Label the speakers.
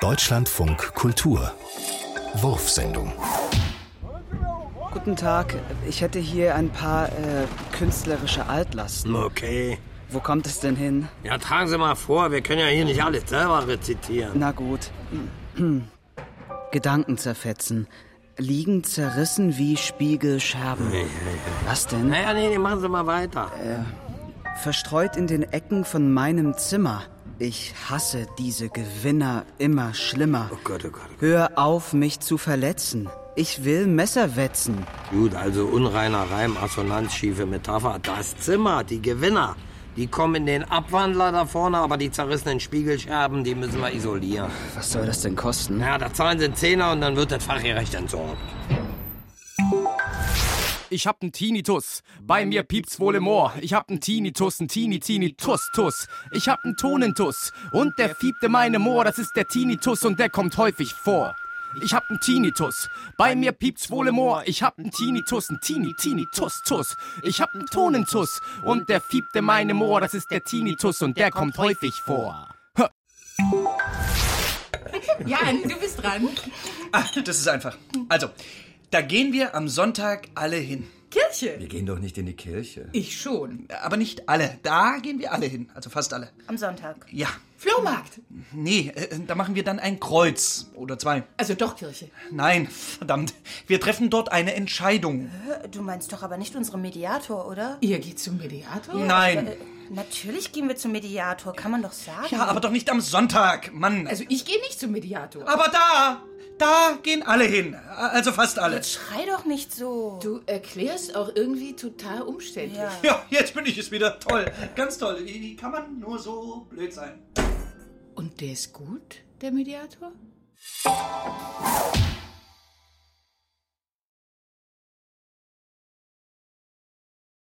Speaker 1: Deutschlandfunk Kultur. Wurfsendung.
Speaker 2: Guten Tag, ich hätte hier ein paar äh, künstlerische Altlasten.
Speaker 3: Okay.
Speaker 2: Wo kommt es denn hin?
Speaker 3: Ja, tragen Sie mal vor, wir können ja hier nicht alles selber rezitieren.
Speaker 2: Na gut. Gedanken zerfetzen. Liegen zerrissen wie Spiegel Scherben. Was denn?
Speaker 3: Naja, nee, nee, machen Sie mal weiter.
Speaker 2: Verstreut in den Ecken von meinem Zimmer. Ich hasse diese Gewinner immer schlimmer.
Speaker 3: Oh Gott, oh Gott, oh
Speaker 2: Hör auf, mich zu verletzen. Ich will Messer wetzen.
Speaker 3: Gott. Gut, also unreiner Reim, Assonanz, schiefe Metapher. Das Zimmer, die Gewinner, die kommen in den Abwandler da vorne, aber die zerrissenen Spiegelscherben, die müssen wir isolieren.
Speaker 2: Was soll das denn kosten?
Speaker 3: Ja, da zahlen Sie einen Zehner und dann wird das fachgerecht entsorgt.
Speaker 4: Ich hab einen Tinnitus. Bei mir piept's wohl im Ohr. Ich hab einen Tinnitus, einen Tini, Tinnitus, Tuss. Ich hab einen Tonentus. Und der fiebte meine Moor. Das ist der Tinnitus und der kommt häufig vor. Ich hab einen Tinnitus. Bei mir piept's wohl im Ohr. Ich hab einen Tinnitus, einen Tini, Tinnitus, Tuss. Ich hab einen Tonentus. Und der fiebte meine Moor. Das ist der Tinnitus und der kommt häufig vor.
Speaker 5: Jan, du bist dran.
Speaker 6: Ah, das ist einfach. Also, da gehen wir am Sonntag alle hin.
Speaker 5: Kirche.
Speaker 7: Wir gehen doch nicht in die Kirche.
Speaker 5: Ich schon.
Speaker 6: Aber nicht alle. Da gehen wir alle hin. Also fast alle.
Speaker 5: Am Sonntag.
Speaker 6: Ja.
Speaker 5: Flohmarkt.
Speaker 6: Nee, äh, da machen wir dann ein Kreuz. Oder zwei.
Speaker 5: Also doch Kirche.
Speaker 6: Nein, verdammt. Wir treffen dort eine Entscheidung.
Speaker 8: Du meinst doch aber nicht unseren Mediator, oder? Äh,
Speaker 5: Ihr geht zum Mediator?
Speaker 6: Nein.
Speaker 8: Natürlich gehen wir zum Mediator, kann man doch sagen.
Speaker 6: Ja, aber doch nicht am Sonntag, Mann.
Speaker 5: Also ich gehe nicht zum Mediator.
Speaker 6: aber da, da gehen alle hin. Also fast alle.
Speaker 8: Jetzt schrei doch nicht so.
Speaker 5: Du erklärst auch irgendwie total umständlich.
Speaker 8: Ja.
Speaker 6: Ja, jetzt bin ich es wieder. Toll. Ganz toll. Wie, wie kann man nur so blöd sein?
Speaker 5: Und der ist gut, der Mediator?